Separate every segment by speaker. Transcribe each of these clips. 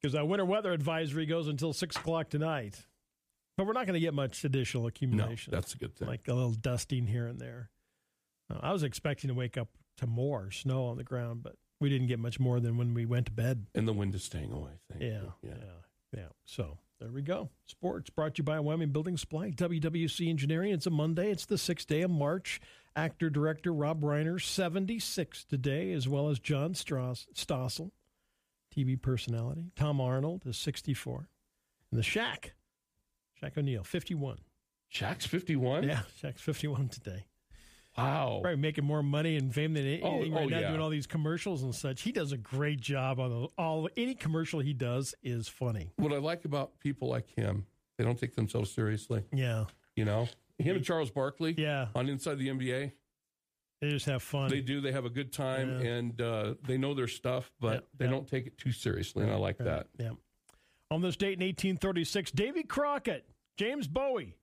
Speaker 1: because that winter weather advisory goes until six o'clock tonight. But we're not going to get much additional
Speaker 2: No,
Speaker 1: accumulation.
Speaker 2: that's a good thing.
Speaker 1: like a little dusting here and there. Uh, I was expecting to wake up to more snow on the ground, but we didn't get much more than when we went to bed.
Speaker 2: and the wind is staying away. Thank
Speaker 1: Yeah,
Speaker 2: you.
Speaker 1: yeah, yeah. So there we go. Sports brought to you by Wyoming Building Supply, WWC Engineering. It's a Monday. It's the sixth day of March. Actor director Rob Reiner, seventy six today, as well as John Strauss, Stossel, TV personality. Tom Arnold is sixty four, and the Shack, Shaq O'Neal, fifty one.
Speaker 2: Shaq's 51?
Speaker 1: Yeah, Shaq's fifty one today.
Speaker 2: Wow.
Speaker 1: Probably making more money and fame than anything
Speaker 2: Oh,
Speaker 1: right
Speaker 2: oh,
Speaker 1: now,
Speaker 2: yeah.
Speaker 1: doing all these commercials and such. He does a great job on the, all any commercial he does is funny.
Speaker 2: What I like about people like him, they don't take themselves seriously.
Speaker 1: Yeah,
Speaker 2: You know, him and Charles Barkley
Speaker 1: yeah.
Speaker 2: on Inside the NBA,
Speaker 1: They just have fun.
Speaker 2: they do. They have a good time
Speaker 1: Yeah.
Speaker 2: and uh, they know their stuff, but
Speaker 1: Yeah,
Speaker 2: they
Speaker 1: yeah.
Speaker 2: don't take it too seriously. And I like
Speaker 1: Right,
Speaker 2: that.
Speaker 1: Uh, Yeah. On this date in 1836, Davy Crockett, James Bowie.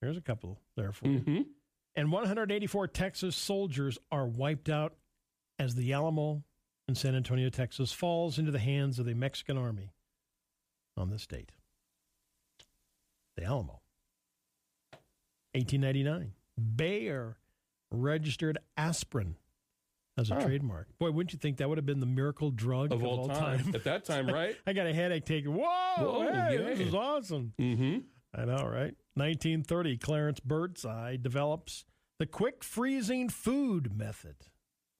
Speaker 1: Here's a couple there for you.
Speaker 2: hmm
Speaker 1: And 184 Texas soldiers are wiped out as the Alamo in San Antonio, Texas falls into the hands of the Mexican army on this date. The Alamo. 1899. Bayer registered aspirin as a
Speaker 2: Huh.
Speaker 1: trademark. Boy, wouldn't you think that would have been the miracle drug
Speaker 2: Of all time. At that time, right?
Speaker 1: I got a headache taking. Whoa,
Speaker 2: Whoa,
Speaker 1: hey,
Speaker 2: yeah.
Speaker 1: this is awesome.
Speaker 2: hmm
Speaker 1: I know, right? 1930, Clarence Birdseye develops the quick freezing food method.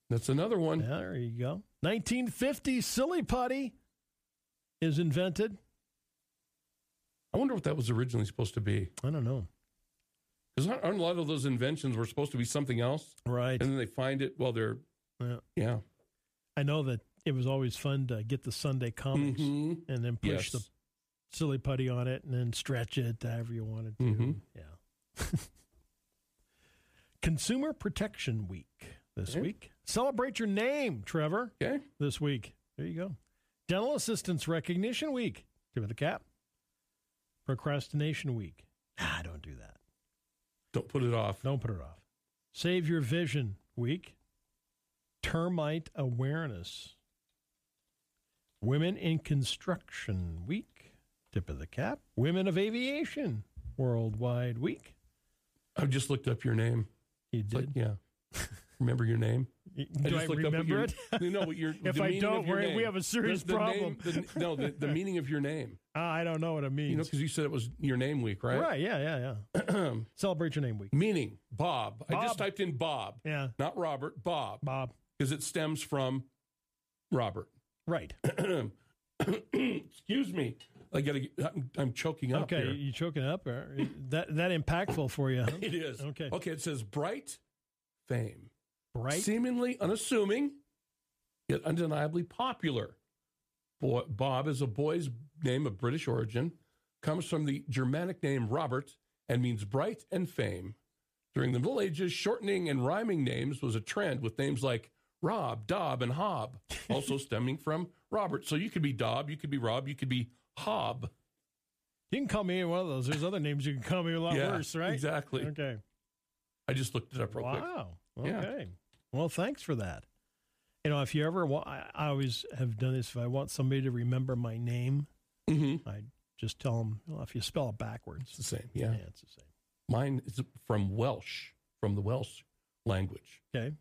Speaker 2: That's another one.
Speaker 1: Yeah, there you go. 1950, Silly Putty is invented.
Speaker 2: I wonder what that was originally supposed to be.
Speaker 1: I don't know.
Speaker 2: Because aren't aren't a lot of those inventions were supposed to be something else?
Speaker 1: Right.
Speaker 2: And then they find it while they're,
Speaker 1: Yeah.
Speaker 2: yeah.
Speaker 1: I know that it was always fun to get the Sunday comics
Speaker 2: Mhm.
Speaker 1: and then push
Speaker 2: Yes.
Speaker 1: the Silly Putty on it and then stretch it however you wanted to.
Speaker 2: Mhm.
Speaker 1: Yeah. Consumer Protection Week this
Speaker 2: Yeah.
Speaker 1: week. Celebrate your name, Trevor.
Speaker 2: Okay.
Speaker 1: this week. There you go. Dental Assistance Recognition Week. Tip of the cap. Procrastination Week. Ah, don't do that.
Speaker 2: Don't put it off.
Speaker 1: Don't put it off. Save Your Vision Week. Termite Awareness. Women in Construction Week. Tip of the cap. Women of Aviation Worldwide Week.
Speaker 2: I've just looked up your name.
Speaker 1: You
Speaker 2: It's like,
Speaker 1: did.
Speaker 2: yeah. Remember your name?
Speaker 1: do I,
Speaker 2: just looked up what
Speaker 1: remember
Speaker 2: your-
Speaker 1: it?
Speaker 2: You know what your,
Speaker 1: If
Speaker 2: the
Speaker 1: I
Speaker 2: meaning
Speaker 1: don't,
Speaker 2: of your
Speaker 1: we're- we
Speaker 2: name.
Speaker 1: have a serious
Speaker 2: The- the
Speaker 1: problem.
Speaker 2: name- the- no, the, the meaning of your name.
Speaker 1: Ah, I don't know what it means.
Speaker 2: You know, because you said it was your name week, right?
Speaker 1: right. Yeah. Yeah. Yeah. Celebrate your name week.
Speaker 2: meaning Bob. I
Speaker 1: Bob.
Speaker 2: just typed in Bob,
Speaker 1: Yeah.
Speaker 2: not Robert. Bob,
Speaker 1: Bob.
Speaker 2: because it stems from Robert.
Speaker 1: Right.
Speaker 2: Excuse me. I gotta. get- I'm, I'm choking up
Speaker 1: Okay,
Speaker 2: here.
Speaker 1: you choking up? Or that that impactful for you? Huh?
Speaker 2: It is
Speaker 1: Okay.
Speaker 2: Okay. It says bright fame,
Speaker 1: Bright.
Speaker 2: seemingly unassuming, yet undeniably popular. Boy, Bob is a boy's name of British origin, comes from the Germanic name Robert, and means bright and fame. During the Middle Ages, shortening and rhyming names was a trend with names like Rob, Dob, and Hob, also stemming from Robert. So you could be Dob, you could be Rob, you could be Hob.
Speaker 1: you can call me any one of those. There's other names you can call me a lot worse, right?
Speaker 2: Exactly.
Speaker 1: Okay.
Speaker 2: I just looked it up real quick.
Speaker 1: wow.
Speaker 2: Yeah.
Speaker 1: Okay. Well, thanks for that. You know, if you ever want, I, I always have done this. If I want somebody to remember my name,
Speaker 2: Mm-hmm.
Speaker 1: I just tell them. Well, if you spell it
Speaker 2: It's
Speaker 1: backwards,
Speaker 2: the same. Yeah.
Speaker 1: it's the same.
Speaker 2: Mine is from Welsh, from the Welsh language.
Speaker 1: Okay.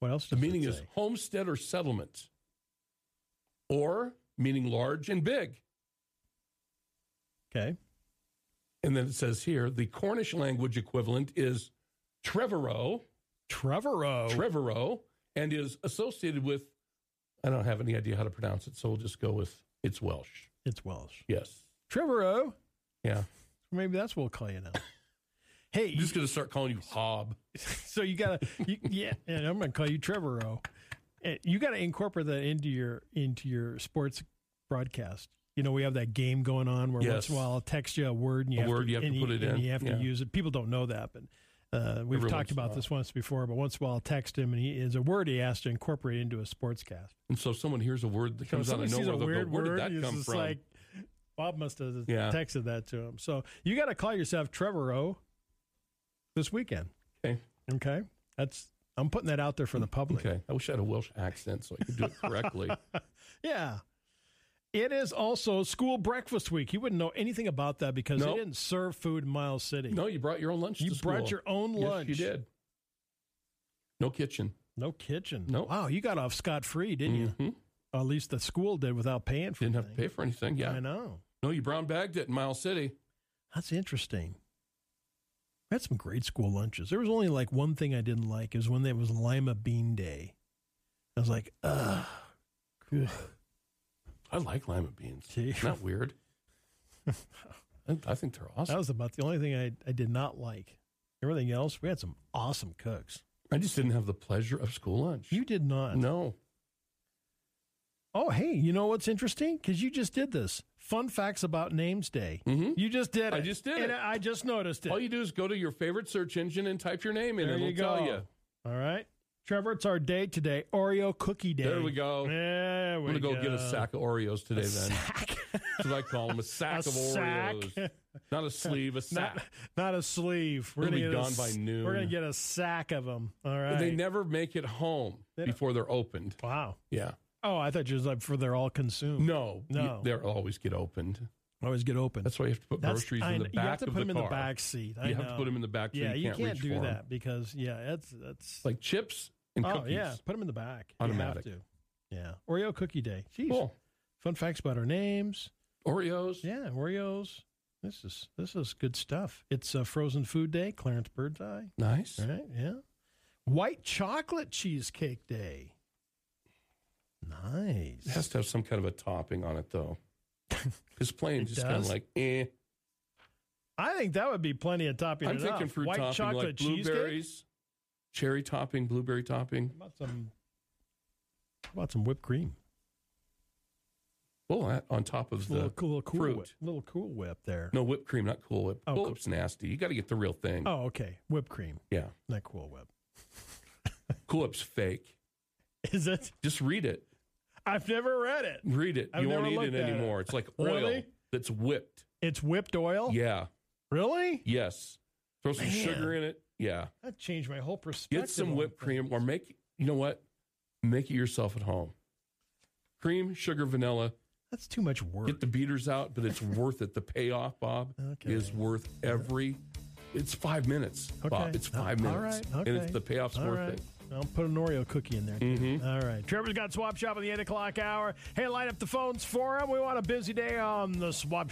Speaker 1: What else?
Speaker 2: The
Speaker 1: does it
Speaker 2: meaning is
Speaker 1: say?
Speaker 2: homestead or settlement, or meaning large and big.
Speaker 1: okay.
Speaker 2: And then it says here the Cornish language equivalent is Trevorrow,
Speaker 1: Trevorrow.
Speaker 2: Trevorrow, and is associated with, I don't have any idea how to pronounce it, so we'll just go with it's Welsh.
Speaker 1: it's Welsh.
Speaker 2: Yes.
Speaker 1: Trevorrow.
Speaker 2: Yeah.
Speaker 1: Maybe that's what we'll call you now. hey,
Speaker 2: I'm just going to start calling you Hob.
Speaker 1: So you gotta, you, yeah, and I'm gonna call you Trevor O. And you gotta incorporate that into your into your sports broadcast. You know, we have that game going on where once
Speaker 2: Yes.
Speaker 1: in a while I'll text you a word and you
Speaker 2: A
Speaker 1: have
Speaker 2: word,
Speaker 1: to,
Speaker 2: you have
Speaker 1: and
Speaker 2: to put it
Speaker 1: and
Speaker 2: in.
Speaker 1: You have
Speaker 2: Yeah.
Speaker 1: to use it. People don't know that, but uh, we've
Speaker 2: Every
Speaker 1: talked
Speaker 2: once in a
Speaker 1: about this once before. But once in a while, I'll text him and he is a word he has to incorporate into a sportscast.
Speaker 2: And so someone hears a word that comes
Speaker 1: so
Speaker 2: out of
Speaker 1: somebody sees
Speaker 2: nowhere.
Speaker 1: a
Speaker 2: they'll go,
Speaker 1: weird
Speaker 2: Where
Speaker 1: word,
Speaker 2: did that
Speaker 1: it's
Speaker 2: come
Speaker 1: just
Speaker 2: from?
Speaker 1: like Bob must have
Speaker 2: Yeah.
Speaker 1: texted that to him. So you got to call yourself Trevor O. This weekend.
Speaker 2: okay.
Speaker 1: Okay. That's I'm putting that out there for the public.
Speaker 2: Okay. I wish I had a Welsh accent so I could do it correctly.
Speaker 1: yeah. It is also school breakfast week. You wouldn't know anything about that because
Speaker 2: No.
Speaker 1: they didn't serve food in Miles City.
Speaker 2: No, you brought your own lunch.
Speaker 1: you
Speaker 2: to school.
Speaker 1: brought your own lunch.
Speaker 2: Yes, you did. No kitchen.
Speaker 1: No kitchen.
Speaker 2: Nope.
Speaker 1: Wow, you got off scot free, didn't you?
Speaker 2: Mhm.
Speaker 1: Or at least the school did without paying for
Speaker 2: Didn't have to
Speaker 1: anything.
Speaker 2: pay for anything.
Speaker 1: I
Speaker 2: Yeah.
Speaker 1: know.
Speaker 2: No, you brown bagged it in Miles City.
Speaker 1: That's interesting. I had some great school lunches. There was only like one thing I didn't like is when there was Lima Bean Day. I was like, ugh. Ugh.
Speaker 2: I like lima beans.
Speaker 1: Gee.
Speaker 2: Isn't that weird? I, I think they're awesome.
Speaker 1: That was about the only thing I, I did not like. Everything else, we had some awesome cooks.
Speaker 2: I just didn't have the pleasure of school lunch.
Speaker 1: You did not.
Speaker 2: no.
Speaker 1: Oh, hey, you know what's interesting? Because you just did this. Fun facts about names day.
Speaker 2: Mhm.
Speaker 1: You just did it.
Speaker 2: I just did
Speaker 1: And
Speaker 2: it. Oh,
Speaker 1: I just noticed it.
Speaker 2: All you do is go to your favorite search engine and type your name in,
Speaker 1: there
Speaker 2: and
Speaker 1: you go.
Speaker 2: it'll tell you.
Speaker 1: All right. Trevor, it's our day today. Oreo cookie day.
Speaker 2: There we go.
Speaker 1: There
Speaker 2: I'm
Speaker 1: we
Speaker 2: gonna go
Speaker 1: go
Speaker 2: get a sack of Oreos today.
Speaker 1: A
Speaker 2: then
Speaker 1: sack.
Speaker 2: that's what I call them—a sack
Speaker 1: a
Speaker 2: of
Speaker 1: sack.
Speaker 2: Oreos, not a sleeve, a sack.
Speaker 1: Not, not a sleeve. We're
Speaker 2: It'll
Speaker 1: gonna
Speaker 2: be
Speaker 1: get a
Speaker 2: gone
Speaker 1: s-
Speaker 2: by noon.
Speaker 1: We're gonna get a sack of them. All right.
Speaker 2: They never make it home
Speaker 1: They don't-
Speaker 2: before they're opened.
Speaker 1: wow.
Speaker 2: Yeah.
Speaker 1: Oh, I thought you was like for they're all consumed.
Speaker 2: No, you-
Speaker 1: No.
Speaker 2: they'll always get opened.
Speaker 1: Always get open.
Speaker 2: That's why you have to put
Speaker 1: That's-
Speaker 2: groceries
Speaker 1: I
Speaker 2: in
Speaker 1: kn-
Speaker 2: the back
Speaker 1: You have to
Speaker 2: of
Speaker 1: put
Speaker 2: the
Speaker 1: them
Speaker 2: car.
Speaker 1: in the back seat. I
Speaker 2: you have
Speaker 1: know.
Speaker 2: to put them in the back.
Speaker 1: yeah,
Speaker 2: so you,
Speaker 1: you can't,
Speaker 2: reach
Speaker 1: do
Speaker 2: for 'em.
Speaker 1: that because yeah, that's that's
Speaker 2: It's like chips and
Speaker 1: oh
Speaker 2: cookies.
Speaker 1: yeah, put them in the back.
Speaker 2: Automatic.
Speaker 1: You have to. Yeah, Oreo cookie day. Jeez,
Speaker 2: Cool.
Speaker 1: fun facts about our names.
Speaker 2: Oreos.
Speaker 1: Yeah, Oreos. This is this is good stuff. It's uh, frozen food day. Clarence Birdseye.
Speaker 2: Nice.
Speaker 1: Right? Yeah. White chocolate cheesecake day. Nice.
Speaker 2: It has to have some kind of a topping on it, though. It's plain,
Speaker 1: It
Speaker 2: just kind of
Speaker 1: does?
Speaker 2: like, eh.
Speaker 1: I think that would be plenty of topping.
Speaker 2: I'm
Speaker 1: it
Speaker 2: thinking
Speaker 1: up.
Speaker 2: fruit
Speaker 1: White
Speaker 2: topping,
Speaker 1: chocolate
Speaker 2: like
Speaker 1: cheesecake.
Speaker 2: blueberries, cherry topping, blueberry topping.
Speaker 1: How about some? How about some whipped cream?
Speaker 2: Well, that on top of
Speaker 1: Just a little,
Speaker 2: the
Speaker 1: cool, cool
Speaker 2: fruit.
Speaker 1: whip. Little cool whip there.
Speaker 2: no whipped cream, not Cool Whip.
Speaker 1: Oh,
Speaker 2: cool
Speaker 1: cool.
Speaker 2: Whip's nasty. You got to get the real thing.
Speaker 1: Oh, okay. Whipped cream,
Speaker 2: Yeah,
Speaker 1: not cool whip.
Speaker 2: Cool Whip's fake.
Speaker 1: Is it?
Speaker 2: Just read it.
Speaker 1: I've never read it.
Speaker 2: Read it.
Speaker 1: I've
Speaker 2: you
Speaker 1: never
Speaker 2: won't eat
Speaker 1: looked
Speaker 2: it
Speaker 1: at it.
Speaker 2: anymore. It's like oil
Speaker 1: Really? Oh.
Speaker 2: that's whipped.
Speaker 1: It's whipped oil.
Speaker 2: Yeah.
Speaker 1: Really?
Speaker 2: Yes. Throw some
Speaker 1: Man.
Speaker 2: sugar in it. Yeah.
Speaker 1: That changed my whole perspective.
Speaker 2: Get some
Speaker 1: on
Speaker 2: whipped cream or
Speaker 1: things.
Speaker 2: make, you know what? Make it yourself at home. Cream, sugar, vanilla.
Speaker 1: That's too much work.
Speaker 2: Get the beaters out, but it's worth it. The payoff, Bob,
Speaker 1: Okay.
Speaker 2: is worth every. It's five minutes, Bob.
Speaker 1: Okay.
Speaker 2: It's five
Speaker 1: All
Speaker 2: minutes.
Speaker 1: right.
Speaker 2: And
Speaker 1: Okay.
Speaker 2: it's, the payoff's
Speaker 1: All
Speaker 2: worth
Speaker 1: right.
Speaker 2: it. Mm-hmm.
Speaker 1: I'll put an Oreo cookie in there. too. All right. Trevor's got Swap Shop in the 8 o'clock hour. Hey, light up the phones for him. We want a busy day on the Swap